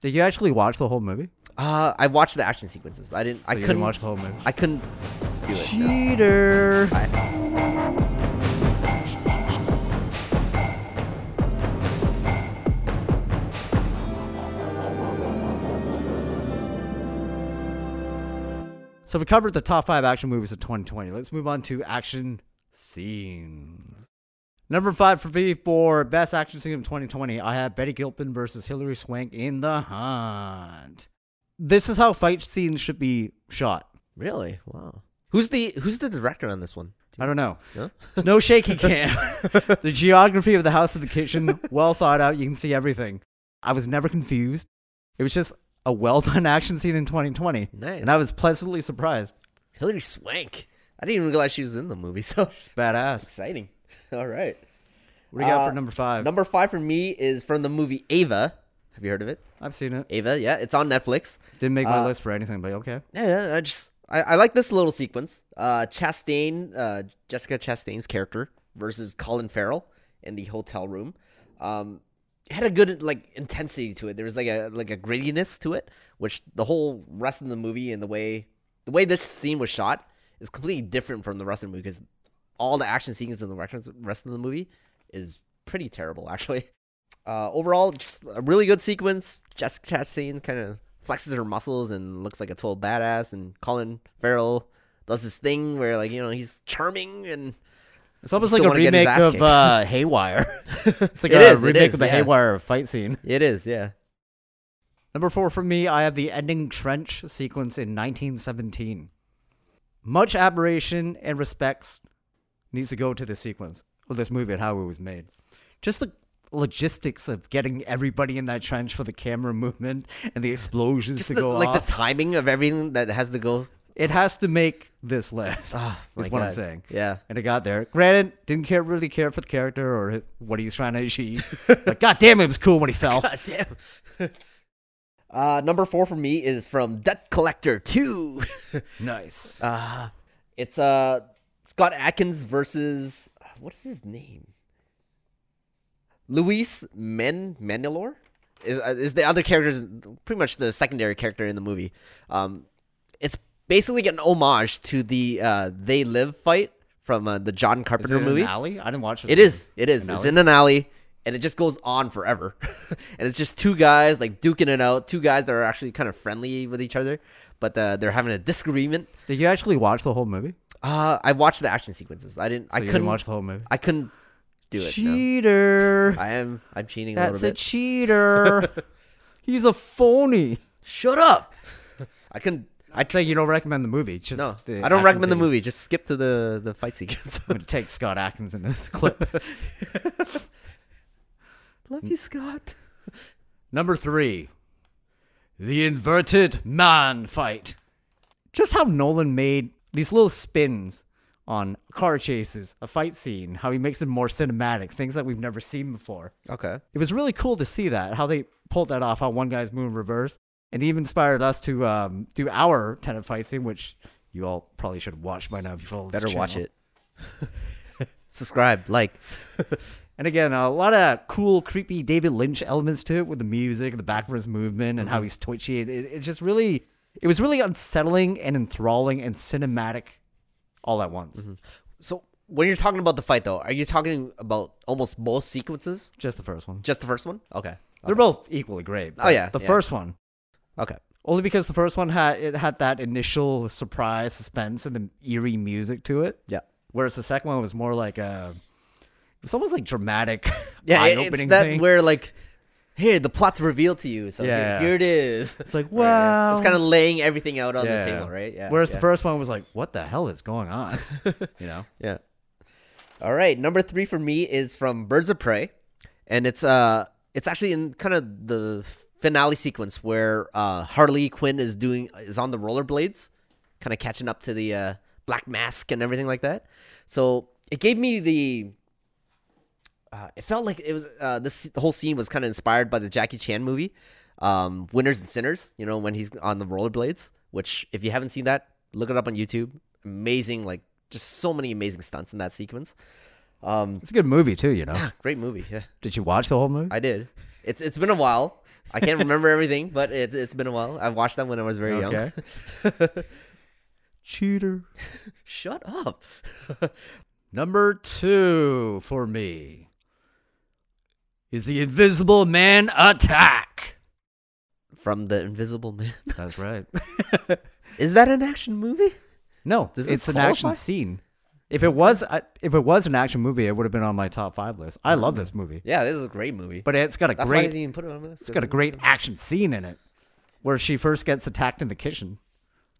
Did you actually watch the whole movie? Uh, I watched the action sequences. I didn't. So I you couldn't didn't watch the whole movie. I couldn't do it. no. Cheater. I- So we covered the top five action movies of 2020. Let's move on to action scenes. Number five for me for best action scene of 2020, I have Betty Gilpin versus Hilary Swank in The Hunt. This is how fight scenes should be shot. really? Wow. Who's the Who's the director on this one? I don't know. No? No shaky cam. the geography of the house and the kitchen, well thought out. You can see everything. I was never confused. It was just a well done action scene in 2020. Nice. And I was pleasantly surprised. Hilary Swank. I didn't even realize she was in the movie. So Badass. exciting. All right. What do you got Uh, for number five? Number five for me is from the movie Ava. Have you heard of it? I've seen it. Ava. Yeah, it's on Netflix. Didn't make my Uh, list for anything, but okay. Yeah, I just I, I like this little sequence. Uh, Chastain, uh, Jessica Chastain's character versus Colin Farrell in the hotel room. Um, it had a good like intensity to it. There was like a like a grittiness to it, which the whole rest of the movie and the way the way this scene was shot is completely different from the rest of the movie because all the action scenes in the rest- rest of the movie is pretty terrible actually. Uh, overall, just a really good sequence. Jessica Chastain kind of flexes her muscles and looks like a total badass, and Colin Farrell does this thing where like you know he's charming and It's almost still like a wanna get his remake ass of kicked. uh, Haywire. it's like It a is, it remake is, of the yeah. Haywire fight scene. it is yeah. Number four for me, I have the ending trench sequence in 1917. Much admiration and respects needs to go to this sequence, or this movie and how it was made. Just the logistics of getting everybody in that trench for the camera movement and the explosions Just to the, go like off. the timing of everything that has to go. it has to make this list. Ah, is my what I'm God. saying. Yeah. and it got there. Granted, didn't care really care for the character or hi- what he's trying to achieve. but God damn, it was cool when he fell. God damn. uh, number four for me is from Debt Collector Two. Nice. Uh, it's uh Scott Atkins versus what is his name? Luis Men Manilor is uh, is the other character's pretty much the secondary character in the movie. Um, it's basically an homage to the uh, They Live fight from uh, the John Is Carpenter it an movie. alley? I didn't watch this It movie. is. It is. An It's alley? in an alley, and it just goes on forever. and it's just two guys like duking it out. Two guys that are actually kind of friendly with each other, but uh, they're having a disagreement. Did you actually watch the whole movie? Uh, I watched the action sequences. I didn't. So I you couldn't didn't watch the whole movie. I couldn't do it. no. cheater. I am. I'm cheating a That's little a bit. cheater. he's a phony. Shut up. I couldn't. I I'd say you don't recommend the movie. Just no. the I don't action recommend the scene. movie. Just skip to the the fight sequence. I'm gonna take Scott Atkins in this clip. Love you, Scott. Number three, the inverted man fight. Just how Nolan made these little spins on car chases, a fight scene, how he makes them more cinematic, things that we've never seen before. Okay. It was really cool to see that, how they pulled that off, how one guy's moving reverse. And even inspired us to um, do our tenant fight scene, which you all probably should watch by now if you follow this Better watch channel. it. Subscribe, like. And again, a lot of cool, creepy David Lynch elements to it with the music, the backwards movement, Mm-hmm. and how he's twitchy. It, it- it's just really, it was really unsettling and enthralling and cinematic all at once. Mm-hmm. So when you're talking about the fight, though, are you talking about almost both sequences? Just the first one. Just the first one? Okay. They're both equally great. Oh, but yeah, The yeah. first one. Okay. Only because the first one had it had that initial surprise, suspense, and the eerie music to it. Yeah. Whereas the second one was more like a, it's almost like dramatic, Yeah. it- eye-opening it's that thing. where like, here the plot's revealed to you. So Yeah. here, here it is. it's like Right, yeah. wow, It's kind of laying everything out on the table, right? Yeah. Whereas yeah. the first one was like, what the hell is going on? you know? Yeah. All right, number three for me is from Birds of Prey, and it's uh, it's actually in kind of the finale sequence where uh, Harley Quinn is doing is on the rollerblades, kind of catching up to the uh, Black Mask and everything like that. So it gave me the. Uh, it felt like it was uh, this the whole scene was kind of inspired by the Jackie Chan movie, um, Winners and Sinners. You know when he's on the rollerblades, which if you haven't seen that, look it up on YouTube. Amazing, like just so many amazing stunts in that sequence. Um, It's a good movie too, you know. great movie. Yeah, Did you watch the whole movie? I did. It's it's been a while. I can't remember everything, but it, it's been a while. I watched that when I was very young. Cheater. Shut up. Number two for me is the Invisible Man attack. From the Invisible Man. That's right. Is that an action movie? No, Does it's this an action qualify? scene. If it was, I- if it was an action movie, it would have been on my top five list. I love this movie, Yeah, this is a great movie. but it's got a That's why I didn't great, even put it on my list. it's got a great action scene in it, where she first gets attacked in the kitchen.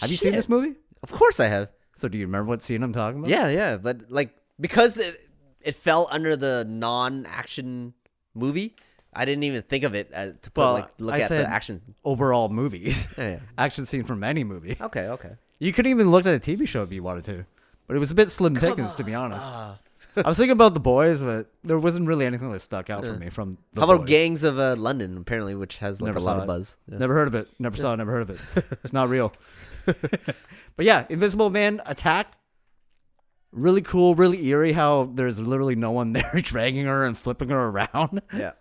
Have you seen Shit. this movie? Of course I have. So do you remember what scene I'm talking about? Yeah, yeah, but like because it it fell under the non-action movie, I didn't even think of it as, to put Well, like look I at said- the action. Overall movies, Yeah, action scene from any movie. yeah. Okay, okay. You could even looked at a TV show if you wanted to, but it was a bit slim pickings to be honest. I was thinking about the boys, but there wasn't really anything that stuck out for me from. The How about Boys. Gangs of uh, London apparently, which has like Never a lot saw of it. buzz. Yeah. Never heard of it. Never saw it. Never heard of it. It's not real. but yeah, Invisible Man attack. Really cool. Really eerie. How there's literally no one there dragging her and flipping her around. yeah.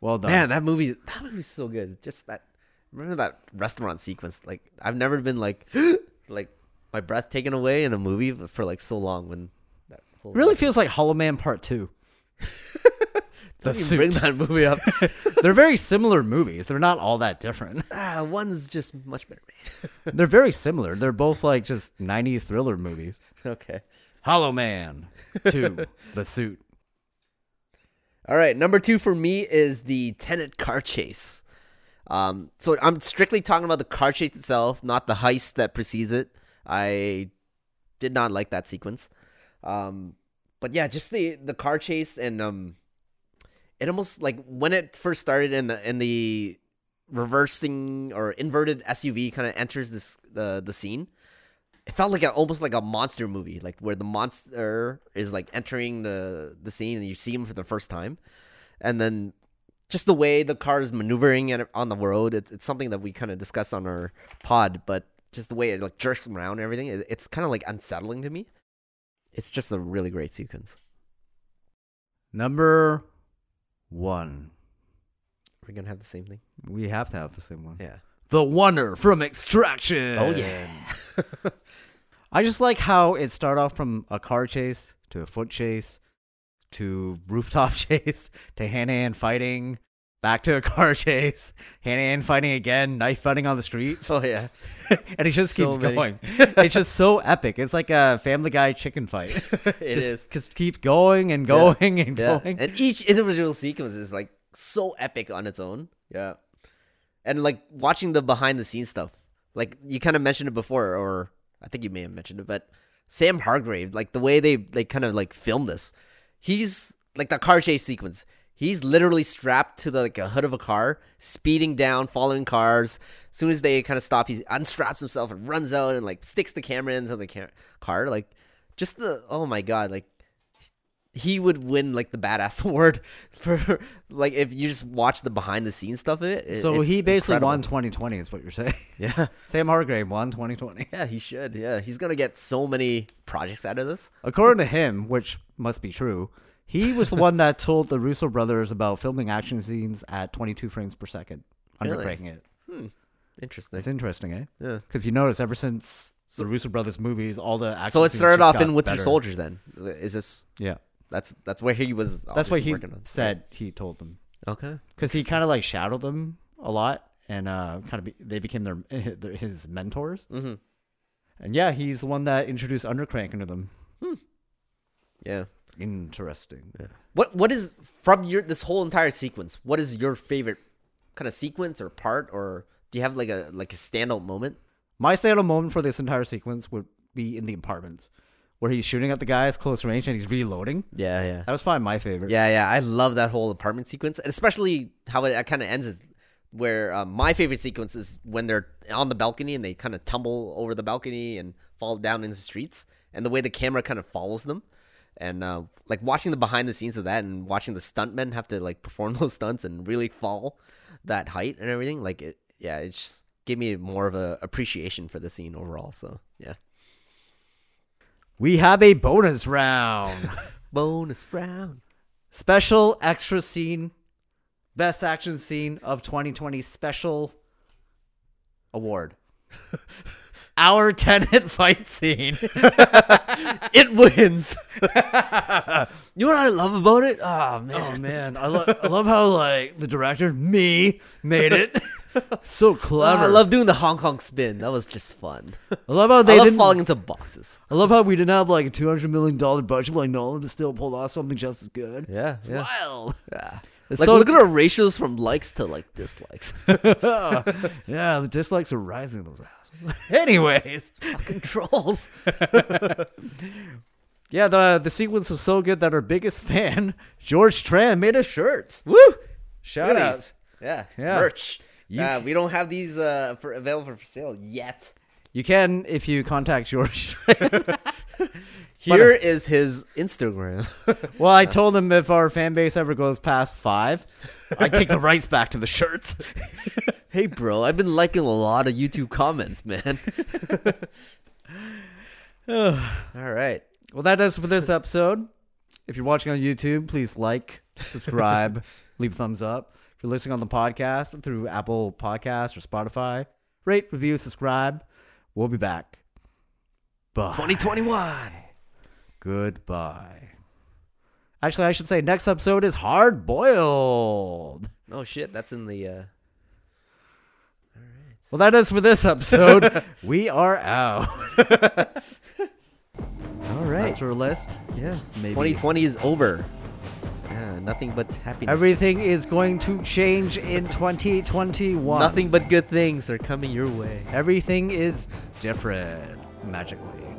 Well done. Man, that movie that movie's so good. Just that remember that restaurant sequence? Like I've never been like like my breath taken away in a movie for like so long when that whole Really feels like Hollow Man Part Two. the Don't even bring suit. that movie up. They're very similar movies. They're not all that different. ah, one's just much better. They're very similar. They're both like just '90s thriller movies. okay. Hollow Man Two, The Suit. All right, number two for me is the Tenet car chase. Um, so I'm strictly talking about the car chase itself, not the heist that precedes it. I did not like that sequence. Um, but yeah, just the the car chase and um, it almost like when it first started and the and the reversing or inverted SUV kind of enters this the the scene. It felt like a, almost like a monster movie, like where the monster is like entering the the scene and you see him for the first time, and then just the way the car is maneuvering and on the road. It's, it's something that we kind of discussed on our pod, but just the way it like jerks around and everything, it, it's kind of like unsettling to me. It's just a really great sequence. Number one. We're gonna have the same thing. We have to have the same one. Yeah. The Wonder from Extraction. Oh yeah. I just like how it started off from a car chase to a foot chase to rooftop chase to hand to hand fighting, back to a car chase, hand to hand fighting again, knife fighting on the streets, oh yeah. and it just So keeps many. going. it's just so epic. It's like a Family Guy chicken fight. It is. Just keeps going and going and Yeah. going. And each individual sequence is like so epic on its own. Yeah. And like watching the behind the scenes stuff. Like you kind of mentioned it before, or I think you may have mentioned it, but Sam Hargrave, like the way they they kind of like filmed this, he's like the car chase sequence. He's literally strapped to the like a hood of a car, speeding down, following cars. As soon as they kind of stop, he unstraps himself and runs out and like sticks the camera into the ca- car. Like just the oh my god, like he would win like the badass award for like if you just watch the behind the scenes stuff of it. it- so it's he basically incredible. won 2020 is what you're saying. Yeah, Sam Hargrave won 2020. yeah, he should. Yeah, he's gonna get so many projects out of this. According to him, which must be true, he was the one that told the Russo brothers about filming action scenes at 22 frames per second, under Really? breaking it. Interesting. It's interesting, eh? Yeah. Because you notice, ever since the Russo brothers movies, all the action So it scenes started just off got in Winter better. Soldier. Then is this Yeah, that's that's where he was. that's what obviously he working on. said. He told them Okay. because he kind of like shadowed them a lot, and uh, kind of be- they became their, their his mentors. Mhm. And yeah, he's the one that introduced Undercrank into them. Yeah. Interesting. What what is from your this whole entire sequence? What is your favorite kind of sequence or part or do you have like a like a standout moment? My standout moment for this entire sequence would be in the apartments, where he's shooting at the guys close range and he's reloading. Yeah, yeah. That was probably my favorite. Yeah, yeah, I love that whole apartment sequence, and especially how it, kind of ends. Is where uh, my favorite sequence is when they're on the balcony and they kind of tumble over the balcony and fall down in the streets, and the way the camera kind of follows them, and uh, like watching the behind the scenes of that, and watching the stuntmen have to like perform those stunts and really fall that height and everything. Like it, yeah, it just gave me more of a appreciation for the scene overall. So yeah, We have a bonus round. bonus round. Special extra scene Best action scene of 2020 special award. Our tenant fight scene. It wins. you know what I love about it? Oh man. Oh man, I, lo- I love how like the director, me, made it so Oh, clever. I love doing the Hong Kong spin. That was just fun. I love how they I love didn't. falling into boxes. I love how we didn't have like a two hundred million dollar budget like Nolan, but still pulled off something just as good. Yeah, it's yeah. wild. Yeah, Like look at our ratios from likes to like dislikes. yeah, the dislikes are rising. Those assholes. Anyways, Controls. yeah, the the sequence was so good that our biggest fan, George Tran, made us shirts. Woo! Shout outs. Yeah. Yeah. Merch. You- Uh, we don't have these uh, for available for sale yet. You can if you contact George. uh, Here is his Instagram. well, I told him if our fan base ever goes past five, I take the rights back to the shirts. hey, bro, I've been liking a lot of YouTube comments, man. All right. Well, that does it for this episode. If you're watching on YouTube, please like, subscribe, leave a thumbs up. If you're listening on the podcast through Apple Podcasts or Spotify, rate, review, subscribe. We'll be back. Bye. 2021. Goodbye. Actually, I should say next episode is hard boiled. Oh, shit. That's in the. Uh... Well, that is for this episode. we are out. All right. That's our list. Yeah. Maybe. 2020 is over. Yeah, nothing but happiness. Everything is going to change in 2021. Nothing but good things are coming your way. Everything is different magically.